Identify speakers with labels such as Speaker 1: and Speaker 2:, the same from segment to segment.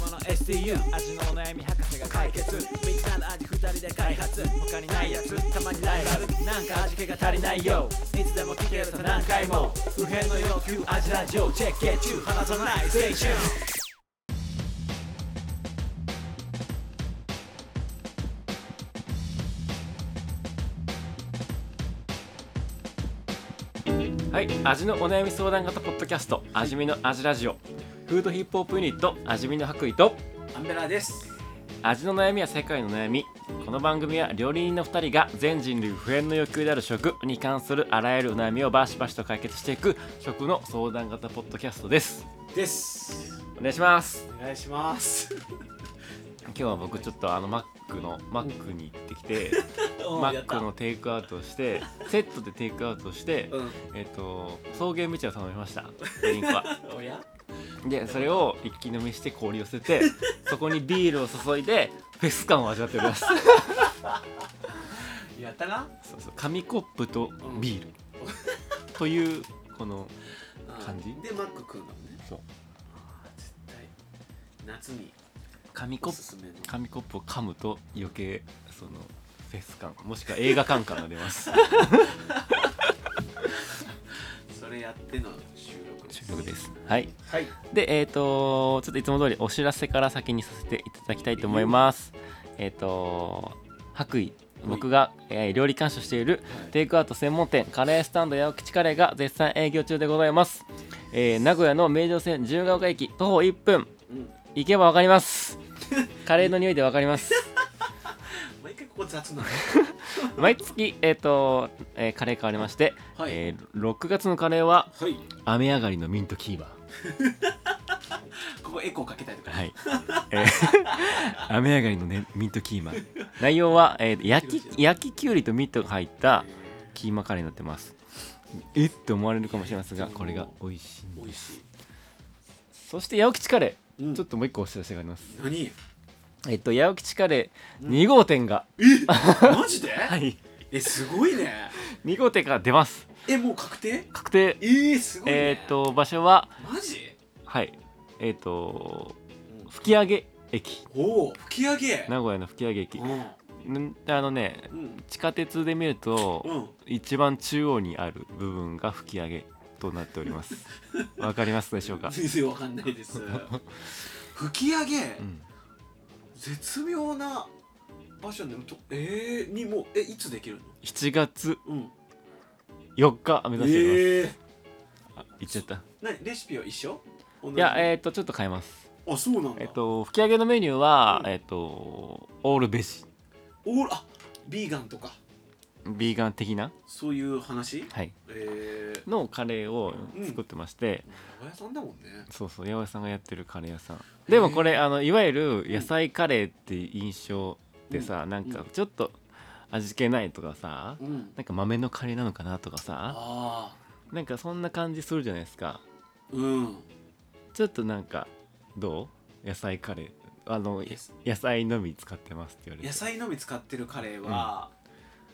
Speaker 1: もの STU
Speaker 2: 味のお悩み博士が
Speaker 1: 解
Speaker 2: 解決
Speaker 1: 決みんなの味二人で開発他にないやつたまにライバルなんか味気が足りないよいつでも聞けると何回も不変の要求味ラジオチェックゲッチュー離さないステーション
Speaker 3: はい味のお悩み相談型ポッドキャスト味見の味ラジオフードヒップホップユニット味見の白衣と
Speaker 4: アンベラです
Speaker 3: 味の悩みや世界の悩みこの番組は料理人の2人が全人類不変の欲求である食に関するあらゆるお悩みをバシバシと解決していく食の相談型ポッドキャストです
Speaker 4: です
Speaker 3: お願いします
Speaker 4: お願いします
Speaker 3: 今日は僕ちょっとあのマックのマックに行ってきて
Speaker 4: お
Speaker 3: マ
Speaker 4: ーや
Speaker 3: ッ
Speaker 4: っ
Speaker 3: ク
Speaker 4: た
Speaker 3: のテイクアウトをしてセットでテイクアウトして
Speaker 4: うん
Speaker 3: えっと草原道を頼みま したドリンクは
Speaker 4: おや
Speaker 3: でそれを一気飲みして氷を捨 ててそこにビールを注いでフェス感を味わっておりますそ
Speaker 4: やったな
Speaker 3: うそう紙コップとビール、というこの感じ
Speaker 4: うんでマック食うのね
Speaker 3: そう
Speaker 4: あー絶対夏に
Speaker 3: 紙コ
Speaker 4: お
Speaker 3: ッ
Speaker 4: す
Speaker 3: プ
Speaker 4: すめの
Speaker 3: 紙コップを噛むと余計そのフェス感もしくは映画館感が出ます
Speaker 4: それやっての収録です
Speaker 3: 収録ですはい
Speaker 4: はい
Speaker 3: でえっ、とちょっといつも通りお知らせから先にさせていただきたいと思いますえっ、と白衣僕が、えー料理監修しているテイクアウト専門店カレースタンド八百吉カレーが絶賛営業中でございます、えー名古屋の名城線十ヶ丘駅徒歩1分
Speaker 4: うん
Speaker 3: 行けばわかります カレーの匂いでわかります
Speaker 4: 毎回ここ雑 なの
Speaker 3: 毎月、えーとえーカレー変わりまして、
Speaker 4: はい
Speaker 3: えー6月のカレーは
Speaker 4: はい
Speaker 3: 雨上がりのミントキーバー
Speaker 4: ここエコーかけたいとか
Speaker 3: はい。えー 雨上がりの、ね、ミントキーマ。内容は、えー焼き焼ききゅうりとミントが入ったキーマカレーになってます。えって思われるかもしれませんが、これが美味しいん
Speaker 4: 美
Speaker 3: で
Speaker 4: 味
Speaker 3: す。
Speaker 4: しい
Speaker 3: そして八百吉カレー、
Speaker 4: うん
Speaker 3: ちょっともう一個お知らせがあります。
Speaker 4: 何
Speaker 3: えっと八百吉カレー2号店が、
Speaker 4: マジで、
Speaker 3: い
Speaker 4: えすごいね
Speaker 3: 2号店から出ます。
Speaker 4: えもう確定
Speaker 3: 確定。
Speaker 4: えー、すごいね
Speaker 3: えっと場所は
Speaker 4: マジ
Speaker 3: はい。えっと
Speaker 4: うん
Speaker 3: 吹上駅。
Speaker 4: おお吹き上げ
Speaker 3: 名古屋の吹上駅
Speaker 4: う。ん
Speaker 3: んあのね
Speaker 4: うん
Speaker 3: 地下鉄で見ると。
Speaker 4: うん
Speaker 3: 一番中央にある部分が吹き上げとなっており ますわかりますでしょうか、
Speaker 4: 全然わかんないです 吹き上げ、
Speaker 3: うん、
Speaker 4: 絶妙な場所でとえー、にもうえいつできるの
Speaker 3: 7月
Speaker 4: うん
Speaker 3: 4日目指しており
Speaker 4: えー、
Speaker 3: ます、あ言っちゃった
Speaker 4: 何レシピは一緒同じ
Speaker 3: いやえっ、とちょっと変えます
Speaker 4: あそうなんだ
Speaker 3: えっ、と吹き上げのメニューは、
Speaker 4: うん
Speaker 3: えっ、とオールベジ
Speaker 4: おあビーガンとか
Speaker 3: ビーガン的な、
Speaker 4: そういう話
Speaker 3: はい、
Speaker 4: えー、
Speaker 3: のカレーを作ってまして、
Speaker 4: お屋さんだもんね
Speaker 3: そうそう八百屋さんがやってるカレー屋さんでもこれあのいわゆる野菜カレーって印象でさ、なんかちょっと味気ないとかさ、
Speaker 4: うん
Speaker 3: なんか豆のカレーなのかなとかさ
Speaker 4: ああ
Speaker 3: なんかそんな感じするじゃないですか
Speaker 4: うん
Speaker 3: ちょっとなんかどう野菜カレーあ
Speaker 4: 野
Speaker 3: の野菜のみ使ってますって言われ
Speaker 4: 野
Speaker 3: て
Speaker 4: 菜のみ使ってるカレーは、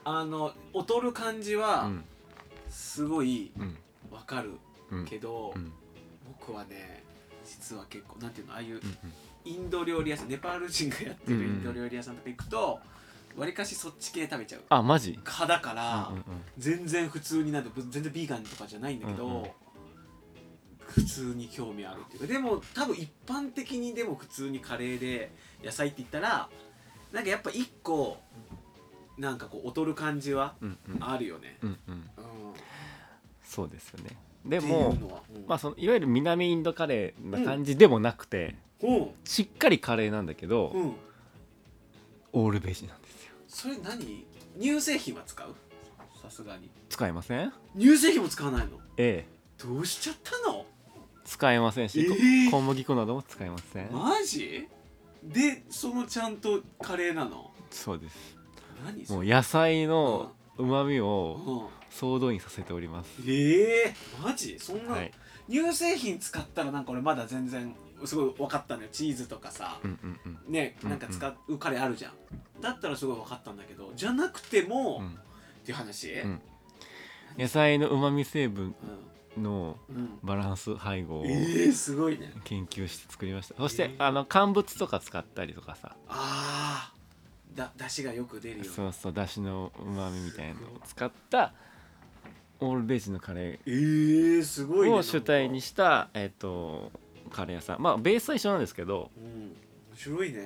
Speaker 4: あの劣る感じは
Speaker 3: うん
Speaker 4: すごい
Speaker 3: うん
Speaker 4: わかる
Speaker 3: うん
Speaker 4: けど、
Speaker 3: うん
Speaker 4: 僕はね実は結構なんていうのああいう
Speaker 3: うん
Speaker 4: インド料理屋さんネパール人がやって
Speaker 3: うん
Speaker 4: る
Speaker 3: う
Speaker 4: イ
Speaker 3: ん
Speaker 4: ンド料理屋さんとか行くとわりかしそっち系食べちゃう
Speaker 3: あマジ
Speaker 4: 派だから、
Speaker 3: うんうん
Speaker 4: 全然普通になんてぶ全然ビーガンとかじゃないんだけど、
Speaker 3: うんうん
Speaker 4: 普通に興味あるっていうかでも多分一般的にでも普通にカレーで野菜って言ったらなんかやっぱ一個なんかこう劣る感じは
Speaker 3: うんうん
Speaker 4: あるよね。
Speaker 3: うんうん
Speaker 4: うん
Speaker 3: そうですよねで
Speaker 4: ってい
Speaker 3: も
Speaker 4: うのは、うん、
Speaker 3: まあそのいわゆる南インドカレーな感じでもなくて、
Speaker 4: うん
Speaker 3: しっかりカレーなんだけど、
Speaker 4: うん、
Speaker 3: オールベジなんですよ
Speaker 4: それ何乳製品は使うさすがに
Speaker 3: 使えません
Speaker 4: 乳製品も使わないの
Speaker 3: ええ
Speaker 4: どうしちゃったの
Speaker 3: 使えませんし、こ
Speaker 4: ええ
Speaker 3: 小麦粉なども使えません、
Speaker 4: マジでそのちゃんとカレーなの
Speaker 3: そうです
Speaker 4: 何そ
Speaker 3: もう
Speaker 4: れ
Speaker 3: 野菜のうまみを
Speaker 4: うん
Speaker 3: 総動員させております
Speaker 4: ええマジそんな、
Speaker 3: はい
Speaker 4: 乳製品使ったらなんか俺まだ全然すごい分かったのよチーズとかさ
Speaker 3: うんうんうん
Speaker 4: ね
Speaker 3: うん
Speaker 4: なんか使うカレーあるじゃんだったらすごい分かったんだけどじゃなくても、
Speaker 3: うん
Speaker 4: っていう話、
Speaker 3: ん野菜のうまみ成分
Speaker 4: う
Speaker 3: の
Speaker 4: んうん
Speaker 3: バランス配合を
Speaker 4: ええすごいね
Speaker 3: 研究して作りましたそして、
Speaker 4: えー
Speaker 3: あの乾物とか使ったりとかさ
Speaker 4: あーだだしがよく出るよう
Speaker 3: そうそうだしのうまみみたいなのを使ったオールベージのカレ
Speaker 4: えー、すごい
Speaker 3: ー
Speaker 4: ね
Speaker 3: を主体にした、えっとカレー屋さんまあベースは一緒なんですけど
Speaker 4: なんかうん面白いね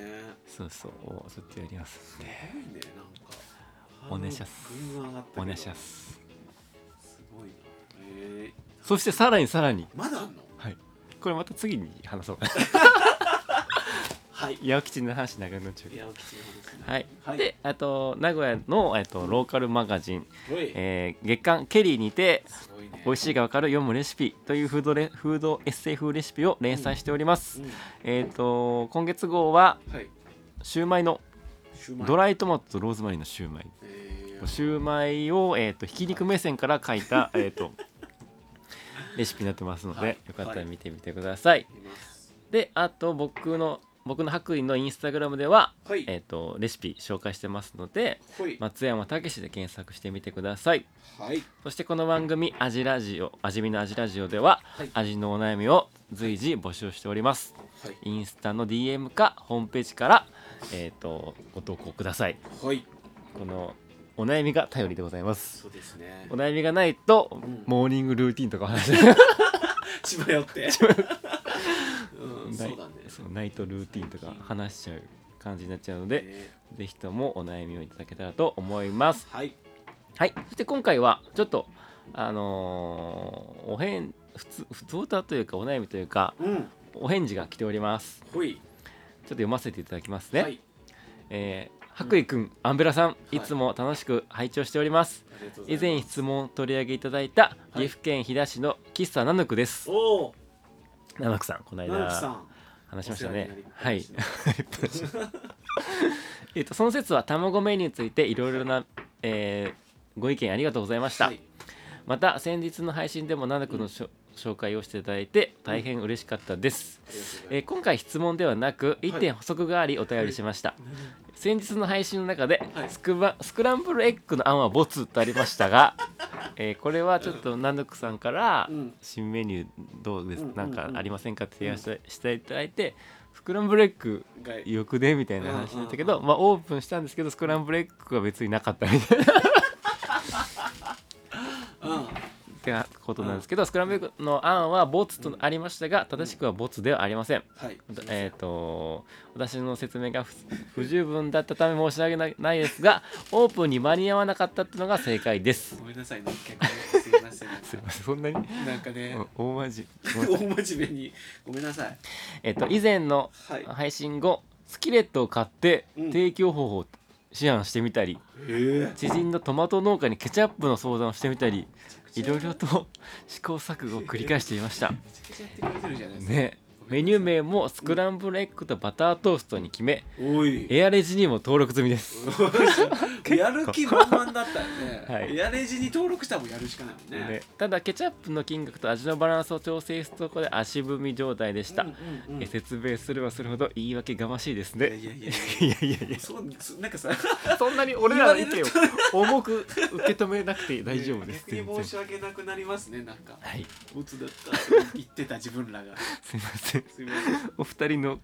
Speaker 3: そうそうそうやってやりますんで
Speaker 4: えごいねなんか
Speaker 3: お願いします
Speaker 4: ぐんぐん上がったけど
Speaker 3: お願いします
Speaker 4: すごいなえ
Speaker 3: そしてさらにさらに
Speaker 4: ー、まだあんの
Speaker 3: はいこれまた次に話そうか な
Speaker 4: はい
Speaker 3: 八百吉の話長くなっちゃうけど
Speaker 4: やおきちの話ね
Speaker 3: はい、
Speaker 4: はい
Speaker 3: であと名古屋の、えっとローカルマガジン、
Speaker 4: おい
Speaker 3: えー月刊ケリーにて
Speaker 4: すごいね
Speaker 3: 美味しいがわかる読むレシピというフードレフードエッセイ風レシピを連載しております、
Speaker 4: うん
Speaker 3: えっ、と今月号は
Speaker 4: はい
Speaker 3: シューマイの
Speaker 4: シューマイ
Speaker 3: ドライトマトとローズマリーのシューマイ
Speaker 4: えー
Speaker 3: シューマイを、えー、とひき肉目線から書い た、えー、とレシピになってますので、
Speaker 4: はい
Speaker 3: よかったら見てみてください、
Speaker 4: います
Speaker 3: であと僕の僕の白衣のインスタグラムでは、
Speaker 4: はい
Speaker 3: えー、とレシピ紹介してますので
Speaker 4: ほい
Speaker 3: 松山武史で検索してみてください
Speaker 4: はい
Speaker 3: そしてこの番組「味ラジオ」「味見の味ラジオ」では、
Speaker 4: はい
Speaker 3: 味のお悩みを随時募集しております
Speaker 4: はい
Speaker 3: インスタの DM かホームページから、えー、とご投稿ください
Speaker 4: はい
Speaker 3: このお悩みが頼りでございます
Speaker 4: そうですね
Speaker 3: お悩みがないと、
Speaker 4: ん
Speaker 3: モーニングルーティンとかお話
Speaker 4: 千葉寄 ってうん
Speaker 3: な
Speaker 4: そ
Speaker 3: いう
Speaker 4: だね
Speaker 3: そう ナイトルーティンとか話しちゃう感じになっちゃうので、
Speaker 4: ね
Speaker 3: ぜひともお悩みをいただけたらと思います
Speaker 4: はい
Speaker 3: はいそして今回はちょっとあのーおへん普通普通歌というかお悩みというか
Speaker 4: うん
Speaker 3: お返事が来ておりますちょ
Speaker 4: ほい
Speaker 3: っと読ませていただきますね、
Speaker 4: はい
Speaker 3: えー白衣くん、アンベラさん、
Speaker 4: い
Speaker 3: いつも楽しく拝聴しております。
Speaker 4: ありがとうござい
Speaker 3: 以
Speaker 4: ます
Speaker 3: 前質問を取り上げいただいた
Speaker 4: はい
Speaker 3: 岐阜県飛騨市の喫茶ナヌクです。
Speaker 4: おお
Speaker 3: ナヌクさん、この
Speaker 4: ナナさ
Speaker 3: 間
Speaker 4: ん
Speaker 3: 話しましたね。
Speaker 4: お世
Speaker 3: は
Speaker 4: 話
Speaker 3: い
Speaker 4: にな。り
Speaker 3: えっとその説は卵メニューについていろいろな、えーご意見ありがとうございました。
Speaker 4: はい
Speaker 3: また先日の配信でもナヌクのしょ、紹介をしていただいて大変嬉しかったです。
Speaker 4: ありがとうござ
Speaker 3: え
Speaker 4: い
Speaker 3: ー今回質問ではなく1点補足がありお便りしました、先日の配信の中で、
Speaker 4: はい
Speaker 3: スクバスクランブルエッグの案はボツとありまし たが、えーこれはちょっとナヌクさんから
Speaker 4: うん
Speaker 3: 新メニューどうです、
Speaker 4: うん
Speaker 3: なん
Speaker 4: うん
Speaker 3: か
Speaker 4: うん
Speaker 3: ありませんかって提案して,、していただいてスクランブルエッグ
Speaker 4: ますはい
Speaker 3: よくねみたいな話だったけど、
Speaker 4: うんうん
Speaker 3: まあ、オープンしたんですけどスクランブルエッグは別になかったみたいなっ
Speaker 4: うん
Speaker 3: てなことなんですけど、スクランブルエッグの案はボツとありましたが正しくはボツではありません。
Speaker 4: はい
Speaker 3: だえー、と私の説明が不不十分だったため申し訳なないですがオープンに間に合わなかったっていうのが正解です
Speaker 4: ごめんなさいね結構すいません
Speaker 3: すいませんそんなに
Speaker 4: なんかね
Speaker 3: 大まじ
Speaker 4: 大真面目にごめんなさい
Speaker 3: えっと以前の
Speaker 4: はい
Speaker 3: 配信後スキレットを買って
Speaker 4: うん
Speaker 3: 提供方法を思案してみたり
Speaker 4: え
Speaker 3: 知人のトマト農家にケチャップの相談をしてみたりいろいろと試行錯誤を繰り返していました
Speaker 4: めちゃくちゃやってくれてるじゃないですか
Speaker 3: ねメニュー名もスクランブルエッグとバタートーストに決め
Speaker 4: おい
Speaker 3: エアレジにも登録済みです
Speaker 4: やる気満々だったよね、
Speaker 3: はい
Speaker 4: やれじに登録したらもうやるしかないもんね
Speaker 3: ねただケチャップの金額と味のバランスを調整するところで足踏み状態でした、
Speaker 4: うんうんうん
Speaker 3: え説明すればするほど言い訳がましいです
Speaker 4: いや
Speaker 3: ね
Speaker 4: い
Speaker 3: い
Speaker 4: やいやい
Speaker 3: やいやい
Speaker 4: やそうそなんかさ
Speaker 3: やそんなに俺らの意見を重く受け止めなくて大丈夫です
Speaker 4: 逆
Speaker 3: 全然
Speaker 4: に申し訳なくなりますねなんか
Speaker 3: はい
Speaker 4: ボツだったって言ってた自分らが
Speaker 3: すいません
Speaker 4: すいませんは
Speaker 3: お二人の
Speaker 4: い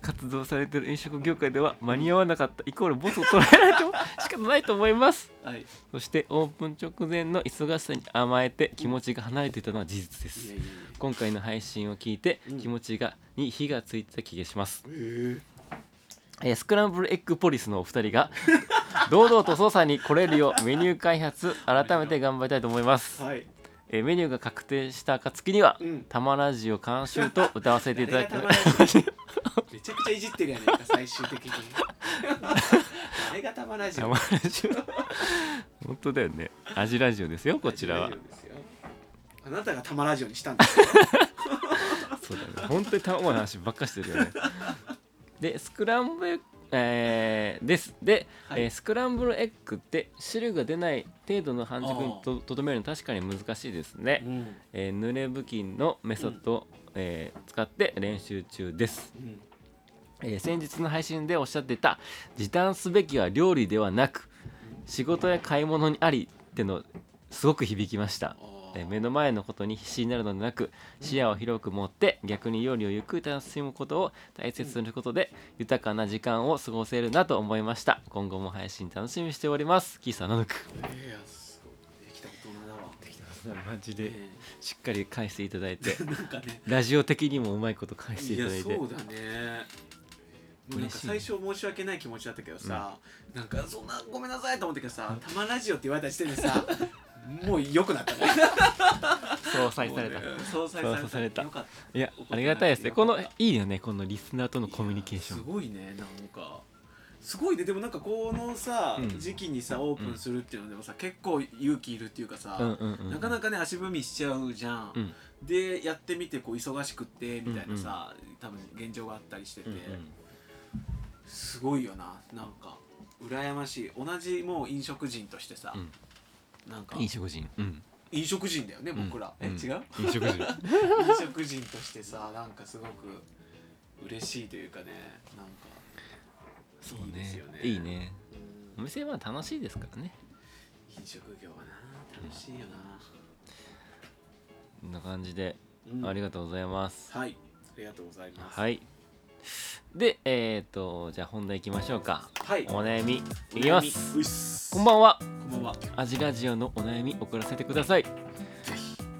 Speaker 3: 活動されてる飲食業界では間に合わなかったイコールボスを捉えられても仕方ないと思います
Speaker 4: はい、い
Speaker 3: そしてオープン直前の忙しさに甘えて気持ちが離れていたのは事実です
Speaker 4: やいやいや
Speaker 3: 今回の配信を聞いて
Speaker 4: うん
Speaker 3: 気持ちがに火がついてた気がします、
Speaker 4: え
Speaker 3: えースクランブルエッグポリスのお二人が 堂々と操作に来れるようメニュー開発改めて頑張りたいと思います、
Speaker 4: はい
Speaker 3: えーメニューが確定した暁には
Speaker 4: うん
Speaker 3: 「たまラジオ監 修」と歌わせていただき
Speaker 4: 誰がたまらな いめちゃくちゃいじってるやないか最終的に誰がたまらない
Speaker 3: 「たまラジオ」 本当だよね味ラジオですよこちらは
Speaker 4: あなたがたまラジオにしたんですよ
Speaker 3: そうだね本当に卵の話ばっかしてるよねでスクランブルえーですで、
Speaker 4: はい
Speaker 3: えースクランブルエッグって汁が出ない程度の半熟にととどめるの確かに難しいですね、
Speaker 4: うん
Speaker 3: えー濡れ布巾のメソッドを、えー使って練習中です、
Speaker 4: うん
Speaker 3: えー先日の配信でおっしゃってた時短すべきは料理ではなく仕事や買い物にありってのすごく響きました
Speaker 4: あー
Speaker 3: えー目の前のことに必死になるのでなく視野を広く持って逆に料理をゆっくり楽しむことを大切にすることで豊かな時間を過ごせるなと思いました今後も配信楽しみにしておりますキーさんなのく
Speaker 4: いやすごいできた大人だわできた
Speaker 3: マジでしっかり返していただいて
Speaker 4: なんかね
Speaker 3: ラジオ的にもうまいこと返してい
Speaker 4: い
Speaker 3: た
Speaker 4: や
Speaker 3: だいて
Speaker 4: そうだねもうなんか
Speaker 3: 嬉しいね
Speaker 4: 最初申し訳ない気持ちだったけどさ、なんかそんなごめんなさいと思ったけどさ「たまラジオ」って言われた時点で さもう良くなったね
Speaker 3: そう再された
Speaker 4: もうね相殺
Speaker 3: 相殺された
Speaker 4: よかっ
Speaker 3: いや
Speaker 4: 怒ってなくて
Speaker 3: ありがたいですねこの
Speaker 4: よかっ
Speaker 3: いいよねこのリスナーとの
Speaker 4: た
Speaker 3: コミュニケーショ
Speaker 4: いや
Speaker 3: ン
Speaker 4: すごいねなんかすごいねでもなんかこのさ、
Speaker 3: うん
Speaker 4: 時期にさオープンするっていうのでもさ結構勇気いるっていうかさ、
Speaker 3: うんうんうん
Speaker 4: なかなかね足踏みしちゃうじゃん、
Speaker 3: うん
Speaker 4: でやってみてこう忙しくってみたいなさ、多分現状があったりしてて、
Speaker 3: うんうん
Speaker 4: すごいよななんか羨ましい同じもう飲食人としてさ、なんか
Speaker 3: 飲食人うん
Speaker 4: 飲食人だよね
Speaker 3: うん
Speaker 4: 僕ら、え
Speaker 3: うん
Speaker 4: 違う
Speaker 3: 飲食 人
Speaker 4: 飲食人としてさなんかすごく嬉しいというかねなんか
Speaker 3: そ
Speaker 4: いいですよね
Speaker 3: いいね
Speaker 4: うん
Speaker 3: お店は楽しいですからね
Speaker 4: 飲食業はな楽しいよな、
Speaker 3: こんな感じで、
Speaker 4: うん
Speaker 3: ありがとうございます
Speaker 4: はいありがとうございます
Speaker 3: はいでえっ、とじゃあ本題いきましょうか
Speaker 4: はい
Speaker 3: お悩みいきます
Speaker 4: うっす
Speaker 3: こんばんは
Speaker 4: こんばんは
Speaker 3: アジラジオのお悩み送らせてください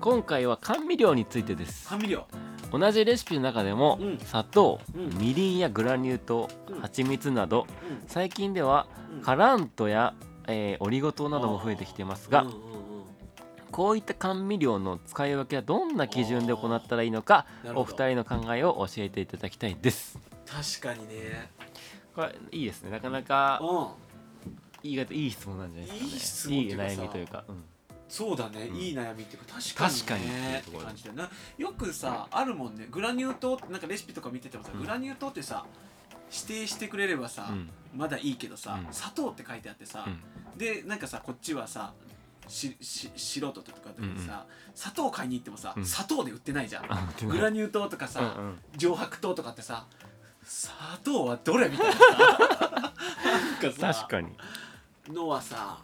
Speaker 3: 今回は甘味料についてです
Speaker 4: 甘味料
Speaker 3: 同じレシピの中でも、
Speaker 4: うん
Speaker 3: 砂糖、
Speaker 4: うん
Speaker 3: みりんやグラニュー糖、
Speaker 4: うん
Speaker 3: 蜂蜜など
Speaker 4: う
Speaker 3: 最近では
Speaker 4: んうん
Speaker 3: カラントや、えーオリゴ糖なども増えてきてますが、
Speaker 4: うんうんうん
Speaker 3: こういった甘味料の使い分けはどんな基準で行ったらいいのか
Speaker 4: なる
Speaker 3: お
Speaker 4: ほど
Speaker 3: 二人の考えを教えていただきたいです
Speaker 4: 確かにね
Speaker 3: これいいですねなかなか
Speaker 4: うん
Speaker 3: いいいい質問なんじゃないですか、ね、
Speaker 4: いい質問っていうかさ
Speaker 3: い悩みというか、うん
Speaker 4: そうだね、
Speaker 3: うん
Speaker 4: いい悩みっていうか確かにね
Speaker 3: 確かにっていうところ
Speaker 4: って感じだよなよくさあるもんねグラニュー糖ってなんかレシピとか見ててもさ、
Speaker 3: うん
Speaker 4: グラニュー糖ってさ指定してくれればさ、
Speaker 3: うん
Speaker 4: まだいいけどさ、
Speaker 3: うん
Speaker 4: 砂糖って書いてあってさ、でなんかさこっちはさしし素人とかだけどさ、砂糖買いに行ってもさ、
Speaker 3: うん
Speaker 4: 砂糖で売ってないじゃん、
Speaker 3: あ待って
Speaker 4: グラ
Speaker 3: な
Speaker 4: ニュー糖とかさ、
Speaker 3: うんうん
Speaker 4: 上白糖とかってさ砂糖はどれみたいなさなんかさ
Speaker 3: 確かに
Speaker 4: のはさ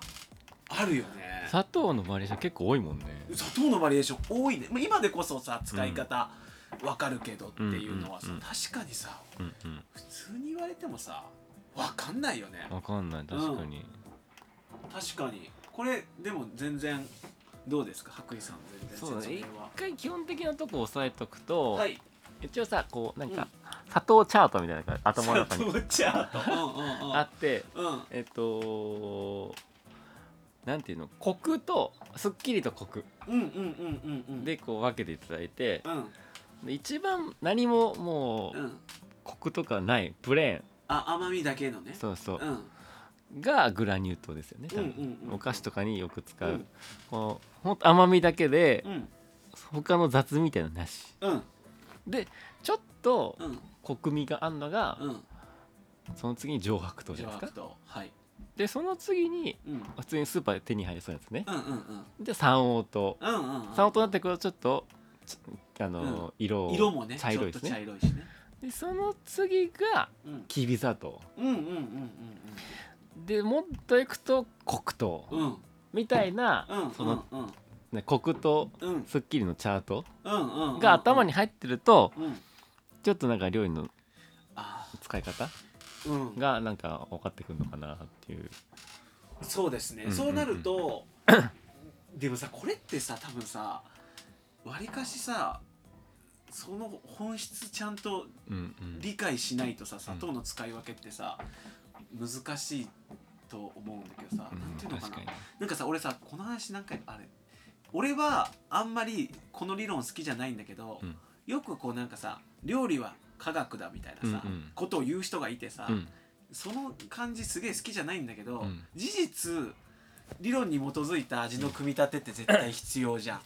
Speaker 4: あるよね
Speaker 3: 砂糖のバリエーション結構多いもんね
Speaker 4: 砂糖のバリエーション多いねまあ今でこそさ使い方わかるけどっていうのはさ、
Speaker 3: うんうんうん
Speaker 4: 確かにさ
Speaker 3: うん
Speaker 4: 普通に言われてもさわかんないよね
Speaker 3: うんわかんない確かに、
Speaker 4: 確かにこれでも全然どうですか白衣さん全然
Speaker 3: そうだね
Speaker 4: 説明は
Speaker 3: 一回基本的なとこ押さえとくと、
Speaker 4: はい
Speaker 3: 一応さこうなん
Speaker 4: う
Speaker 3: か
Speaker 4: ん
Speaker 3: 砂糖チャートみたいなのが頭
Speaker 4: 砂
Speaker 3: の中に
Speaker 4: 糖チャートうんうんうん
Speaker 3: あって
Speaker 4: うん
Speaker 3: えっとなんていうのコクとすっきりとコク
Speaker 4: うんうんうんうんうん
Speaker 3: でこう分けていただいて
Speaker 4: うん
Speaker 3: で一番何もも
Speaker 4: う
Speaker 3: うんコクとかないプレ
Speaker 4: あ甘みだけのね
Speaker 3: ーンそうそう
Speaker 4: うんうん
Speaker 3: がグラニュー糖ですよね多
Speaker 4: うん
Speaker 3: 分
Speaker 4: うん
Speaker 3: お菓子とかによく使
Speaker 4: う
Speaker 3: うんこうほんと甘みだけで
Speaker 4: うん
Speaker 3: 他の雑みたいなのなし
Speaker 4: うん
Speaker 3: でちょっと
Speaker 4: うん
Speaker 3: コクみがあるのが
Speaker 4: うん
Speaker 3: その次に上白糖じゃ
Speaker 4: 上
Speaker 3: ないで
Speaker 4: 白
Speaker 3: すか
Speaker 4: 糖はい
Speaker 3: でその次に
Speaker 4: うんうん
Speaker 3: 普通にスーパーで手に入りそうなやつね
Speaker 4: うんうん
Speaker 3: で三黄糖
Speaker 4: うんうんうん
Speaker 3: 三音になってくるとちょっとちあの、
Speaker 4: うん
Speaker 3: 色を
Speaker 4: 色もね
Speaker 3: 茶色いです
Speaker 4: ちょっと茶
Speaker 3: ね
Speaker 4: 色いしね、
Speaker 3: でその次が
Speaker 4: うん、
Speaker 3: きび砂糖
Speaker 4: うんうんうん
Speaker 3: でもっといくと黒糖、
Speaker 4: うんうんうん
Speaker 3: みたいな、
Speaker 4: うん
Speaker 3: その、
Speaker 4: うん
Speaker 3: ね、黒糖
Speaker 4: うんうん
Speaker 3: すっきりのチャート
Speaker 4: うんうんうん
Speaker 3: が頭に入ってると、
Speaker 4: うん
Speaker 3: ちょっとなんか料理の
Speaker 4: あ
Speaker 3: 使い方
Speaker 4: ーうん
Speaker 3: がなんか分かってくるのかなっていう
Speaker 4: そうですね、
Speaker 3: うんうんうん
Speaker 4: そうなると でもさこれってさ多分さわりかしさその本質ちゃんと
Speaker 3: うんうん
Speaker 4: 理解しないとさ砂糖の使い分けってさ難しいと思うんだけどさ、
Speaker 3: うん
Speaker 4: なんていうのか
Speaker 3: 確
Speaker 4: な
Speaker 3: かに
Speaker 4: なんかさ俺さこの話何回あれ俺はあんまりこの理論好きじゃないんだけど、
Speaker 3: うん
Speaker 4: よくこうなんかさ料理は科学だみたいなさ、
Speaker 3: うんうん
Speaker 4: ことを言う人がいてさ、
Speaker 3: うん
Speaker 4: その感じすげえ好きじゃないんだけど、
Speaker 3: うん
Speaker 4: 事実理論に基づいた味の組み立てって絶対必要じゃん。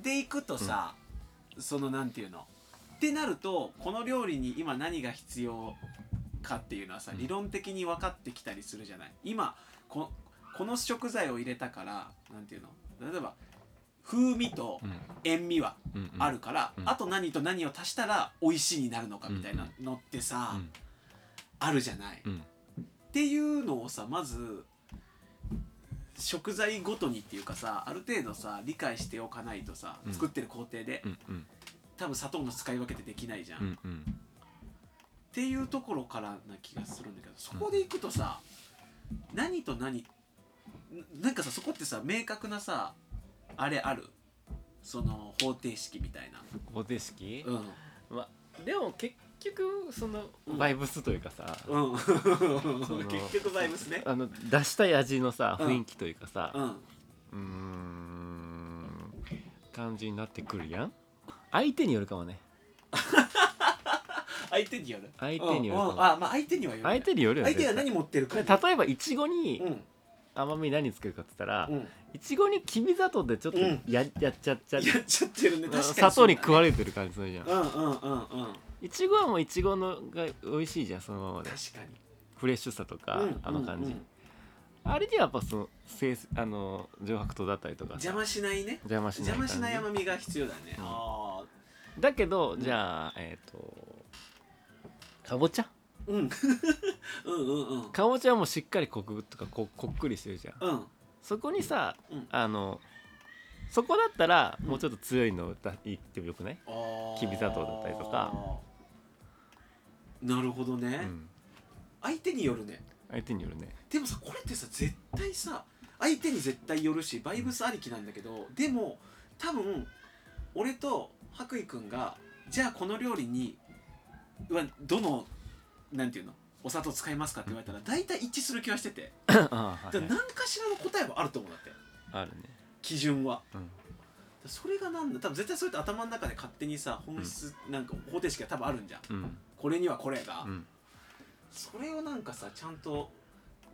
Speaker 4: でいくとさ、そのなんていうのってなるとこの料理に今何が必要かっていうのはさ
Speaker 3: うん
Speaker 4: 理論的に分かってきたりするじゃない今ここの食材を入れたからなんていうの例えば風味と
Speaker 3: うん
Speaker 4: 塩味は
Speaker 3: うんうん
Speaker 4: あるから、
Speaker 3: うん
Speaker 4: あと何と何を足したら美味しいになるのかみたいなのってさ、
Speaker 3: うん
Speaker 4: あるじゃない、
Speaker 3: う
Speaker 4: っ
Speaker 3: ん
Speaker 4: ていうのをさまず食材ごとにっていうかさある程度さ理解しておかないとさ
Speaker 3: うん
Speaker 4: 作ってる工程で、
Speaker 3: うんうん
Speaker 4: 多分砂糖の使い分けってできないじゃん、
Speaker 3: う
Speaker 4: っ
Speaker 3: んうん
Speaker 4: ていうところからな気がするんだけどそこでいくとさ、何と何ななんかさそこってさ明確なさあれあるその方程式みたいな、
Speaker 3: 方程式
Speaker 4: うん、
Speaker 3: まあでも結局その
Speaker 4: うん
Speaker 3: バイブスというかさ、
Speaker 4: うん、
Speaker 3: の
Speaker 4: 結局バイブスね。
Speaker 3: あの出したい味のさ
Speaker 4: うん
Speaker 3: 雰囲気というかさ
Speaker 4: うん、うん、
Speaker 3: うーん感じになってくるやん相手によるかもね
Speaker 4: 相手による。
Speaker 3: 相手によるかも
Speaker 4: うんうんあ、まあ相手にはよる。
Speaker 3: 相手によるよね
Speaker 4: 相手は何持ってるか
Speaker 3: 絶
Speaker 4: に。
Speaker 3: 対例えばいちご
Speaker 4: う
Speaker 3: に
Speaker 4: ん、
Speaker 3: 甘み何つけるかって言ったら
Speaker 4: うん、
Speaker 3: いちごにきび砂糖でちょっと
Speaker 4: うん
Speaker 3: や,、やっちゃっちゃ
Speaker 4: や
Speaker 3: っ
Speaker 4: っちゃってるね。確かにそうだね。
Speaker 3: 砂糖に食わ
Speaker 4: れ。
Speaker 3: れてる感じするじゃん
Speaker 4: うん、うん、うん、うん。
Speaker 3: いちごはもういちごのが美味しいじゃんそのままで
Speaker 4: 確かに。
Speaker 3: フレッシュさとか、
Speaker 4: うん
Speaker 3: あの感じ、
Speaker 4: うんうん
Speaker 3: あれではやっぱそのせいあの上白糖だったりとかさ
Speaker 4: 邪魔しないね。
Speaker 3: 邪魔しない
Speaker 4: 邪魔しない
Speaker 3: 感じ
Speaker 4: 甘みが必要だね。
Speaker 3: うん
Speaker 4: ああ、
Speaker 3: だけど、じゃあえっ、とかぼちゃ
Speaker 4: うん、 うん、うん、うん。
Speaker 3: かぼちゃはもうしっかりコクとかここっくりしてるじゃん
Speaker 4: うん、
Speaker 3: そこにさ、
Speaker 4: うん
Speaker 3: あのそこだったらもうちょっと強いのを出言ってもよくない、
Speaker 4: あー
Speaker 3: きび砂糖だったりとか。
Speaker 4: なるほどね、
Speaker 3: うん、
Speaker 4: 相手によるね。
Speaker 3: 相手によるね
Speaker 4: でもさこれってさ絶対さ相手に絶対よるしバイブスありきなんだけどでも多分俺と白衣くんがじゃあこの料理にはどのなんていうのお砂糖使いますかって言われたら大体一致する気はしてて
Speaker 3: ああ、
Speaker 4: だ
Speaker 3: は
Speaker 4: か
Speaker 3: い
Speaker 4: ら
Speaker 3: はい、
Speaker 4: 何かしらの答えはあると思うんだって
Speaker 3: あるね
Speaker 4: 基準は。
Speaker 3: う
Speaker 4: だ
Speaker 3: ん
Speaker 4: からそれがなんだ多分絶対それって頭の中で勝手にさ本質なんか方程式が多分あるんじゃん
Speaker 3: うん
Speaker 4: これにはこれが、
Speaker 3: うん
Speaker 4: それをなんかさちゃんと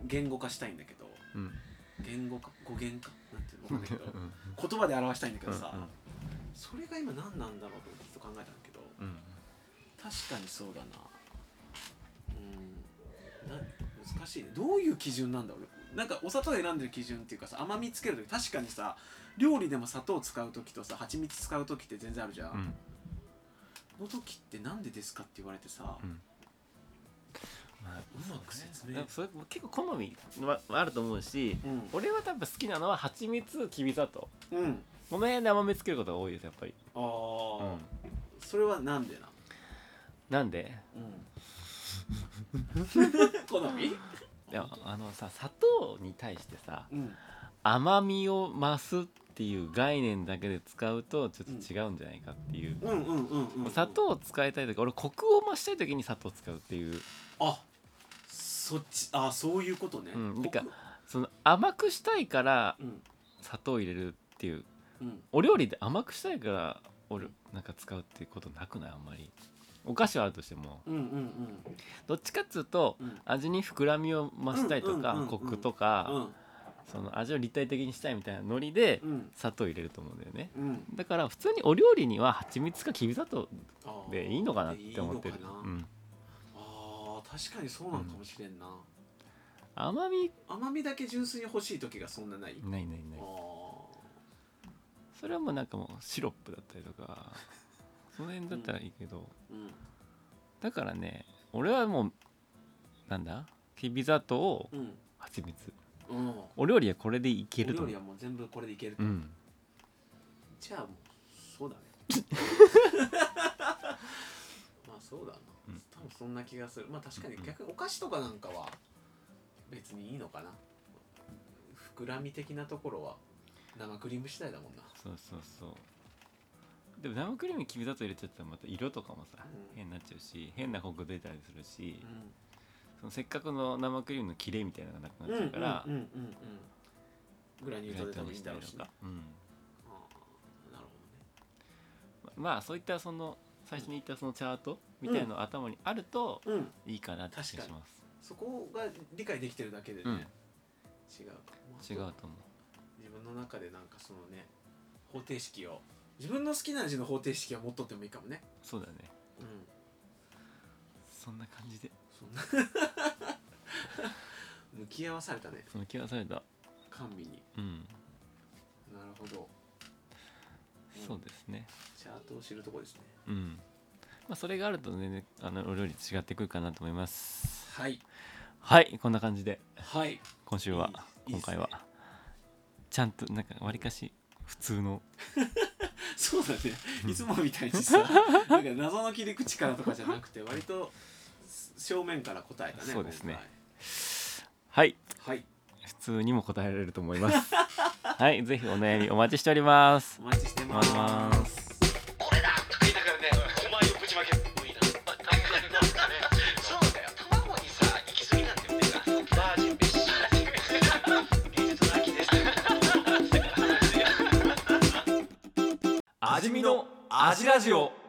Speaker 4: 言語化したいんだけど
Speaker 3: うん
Speaker 4: 言語化語源化なんていうのわかんないけど
Speaker 3: うん
Speaker 4: 言葉で表したいんだけどさ、
Speaker 3: うんうん
Speaker 4: それが今何なんだろうとずっと考えたんだけど
Speaker 3: うん
Speaker 4: 確かにそうだなうんな難しいねどういう基準なんだろうなんかお砂糖選んでる基準っていうかさ甘みつける時確かにさ料理でも砂糖使う時とさ蜂蜜使う時って全然あるじゃん、
Speaker 3: うん
Speaker 4: の時ってなんでですかって言われてさ、
Speaker 3: うんまあ
Speaker 4: うまく説明
Speaker 3: なんかそれ結構好みはあると思うし、
Speaker 4: うん
Speaker 3: 俺は多分好きなのは蜂蜜きび砂糖
Speaker 4: うん
Speaker 3: この辺で甘めつけることが多いですやっぱり、
Speaker 4: ああ、
Speaker 3: うん、
Speaker 4: それはなんでな
Speaker 3: なんで
Speaker 4: うん 好み
Speaker 3: いやあのさ砂糖に対してさ
Speaker 4: うん
Speaker 3: 甘みを増すっていう概念だけで使うとちょっと違うんじゃないかっていう、
Speaker 4: うんうんうんうんうん
Speaker 3: 砂糖を使いたい時俺コクを増したい時に砂糖を使うっていう、
Speaker 4: あそっちあそういうことね、
Speaker 3: うん、て
Speaker 4: 僕
Speaker 3: かその甘くしたいから
Speaker 4: うん
Speaker 3: 砂糖を入れるっていう
Speaker 4: うん
Speaker 3: お料理で甘くしたいから俺なんか使うっていうことなくないあんまりお菓子はあるとしても
Speaker 4: うんうん
Speaker 3: どっちかっつうと
Speaker 4: うんうん
Speaker 3: 味に膨らみを増したい
Speaker 4: う
Speaker 3: と
Speaker 4: んうんうんう
Speaker 3: か
Speaker 4: ん
Speaker 3: コクとか、
Speaker 4: うん
Speaker 3: その味を立体的にしたいみたいなノリで
Speaker 4: うん
Speaker 3: 砂糖入れると思うんだよね
Speaker 4: うん
Speaker 3: だから普通にお料理には蜂蜜かきび砂糖
Speaker 4: あー
Speaker 3: でいいのかなって思ってる
Speaker 4: いいのかな
Speaker 3: うん、
Speaker 4: あー確かにそうなのかもしれんな、
Speaker 3: 甘み
Speaker 4: 甘みだけ純粋に欲しい時がそんなない、あ
Speaker 3: ないないない
Speaker 4: あ
Speaker 3: それはもうなんかもうシロップだったりとか その辺だったらいいけど、
Speaker 4: ーうん
Speaker 3: だからね俺はもうなんだきび砂糖を
Speaker 4: うん
Speaker 3: 蜂蜜
Speaker 4: うん
Speaker 3: お料理はこれでいけると
Speaker 4: お料
Speaker 3: 思
Speaker 4: 理
Speaker 3: う
Speaker 4: はもう全部これでいけると、
Speaker 3: うん
Speaker 4: じゃあもうそう だねまあそうだな、
Speaker 3: うん
Speaker 4: 多分そんな気がするまあ確かに逆にお菓子とかなんかは別にいいのかな膨らみ的なところは生クリーム次第だもんな
Speaker 3: そうそうそうでも生クリームにきび砂糖入れちゃったらまた色とかもさ、
Speaker 4: うん
Speaker 3: 変になっちゃうし変なコク出たりするし、
Speaker 4: う
Speaker 3: そのせっかくの生クリームのキレみたいなのがなく
Speaker 4: ん
Speaker 3: なっちゃうから、
Speaker 4: うんうんうんうんグラニュー
Speaker 3: 意外
Speaker 4: 糖で
Speaker 3: と
Speaker 4: 多分
Speaker 3: い
Speaker 4: い
Speaker 3: い
Speaker 4: い
Speaker 3: ん
Speaker 4: だ
Speaker 3: だ
Speaker 4: ろ
Speaker 3: ろ
Speaker 4: うし
Speaker 3: う
Speaker 4: ね
Speaker 3: か、うん、
Speaker 4: ああなるほ
Speaker 3: まあそういったその最初に言ったそのチャートみたいの頭にあると
Speaker 4: どねうん
Speaker 3: いいかなって気がし
Speaker 4: 確か
Speaker 3: ます、
Speaker 4: そこが理解できてるだけでね、
Speaker 3: うん
Speaker 4: 違うかも
Speaker 3: 違うと思
Speaker 4: 自分の中でなんかそのね方程式を自分の好きな味の方程式は持っとってもいいかもね
Speaker 3: うそうだね
Speaker 4: うん
Speaker 3: そんな感じで
Speaker 4: そんな 向き合わされたね
Speaker 3: その気がされた
Speaker 4: 甘味に
Speaker 3: うん
Speaker 4: なるほど
Speaker 3: そうですね
Speaker 4: チャートを知るとこですね
Speaker 3: うんまあそれがあると全然あのお料理違ってくるかなと思います
Speaker 4: はい
Speaker 3: はいこんな感じで
Speaker 4: はい
Speaker 3: 今週は
Speaker 4: い
Speaker 3: い
Speaker 4: いいっ
Speaker 3: 今
Speaker 4: すね
Speaker 3: 回はちゃんとなんかわりかし普通の
Speaker 4: そうだねいつもみたいに さなんか謎の切り口からとかじゃなくて割と正面から答えたね
Speaker 3: そうですね
Speaker 4: 今
Speaker 3: はい
Speaker 4: 回はい
Speaker 3: 普通にも答えられると思います はいぜひお悩みお待ちしております
Speaker 4: お待ちしてます
Speaker 3: 味見の味ラジオ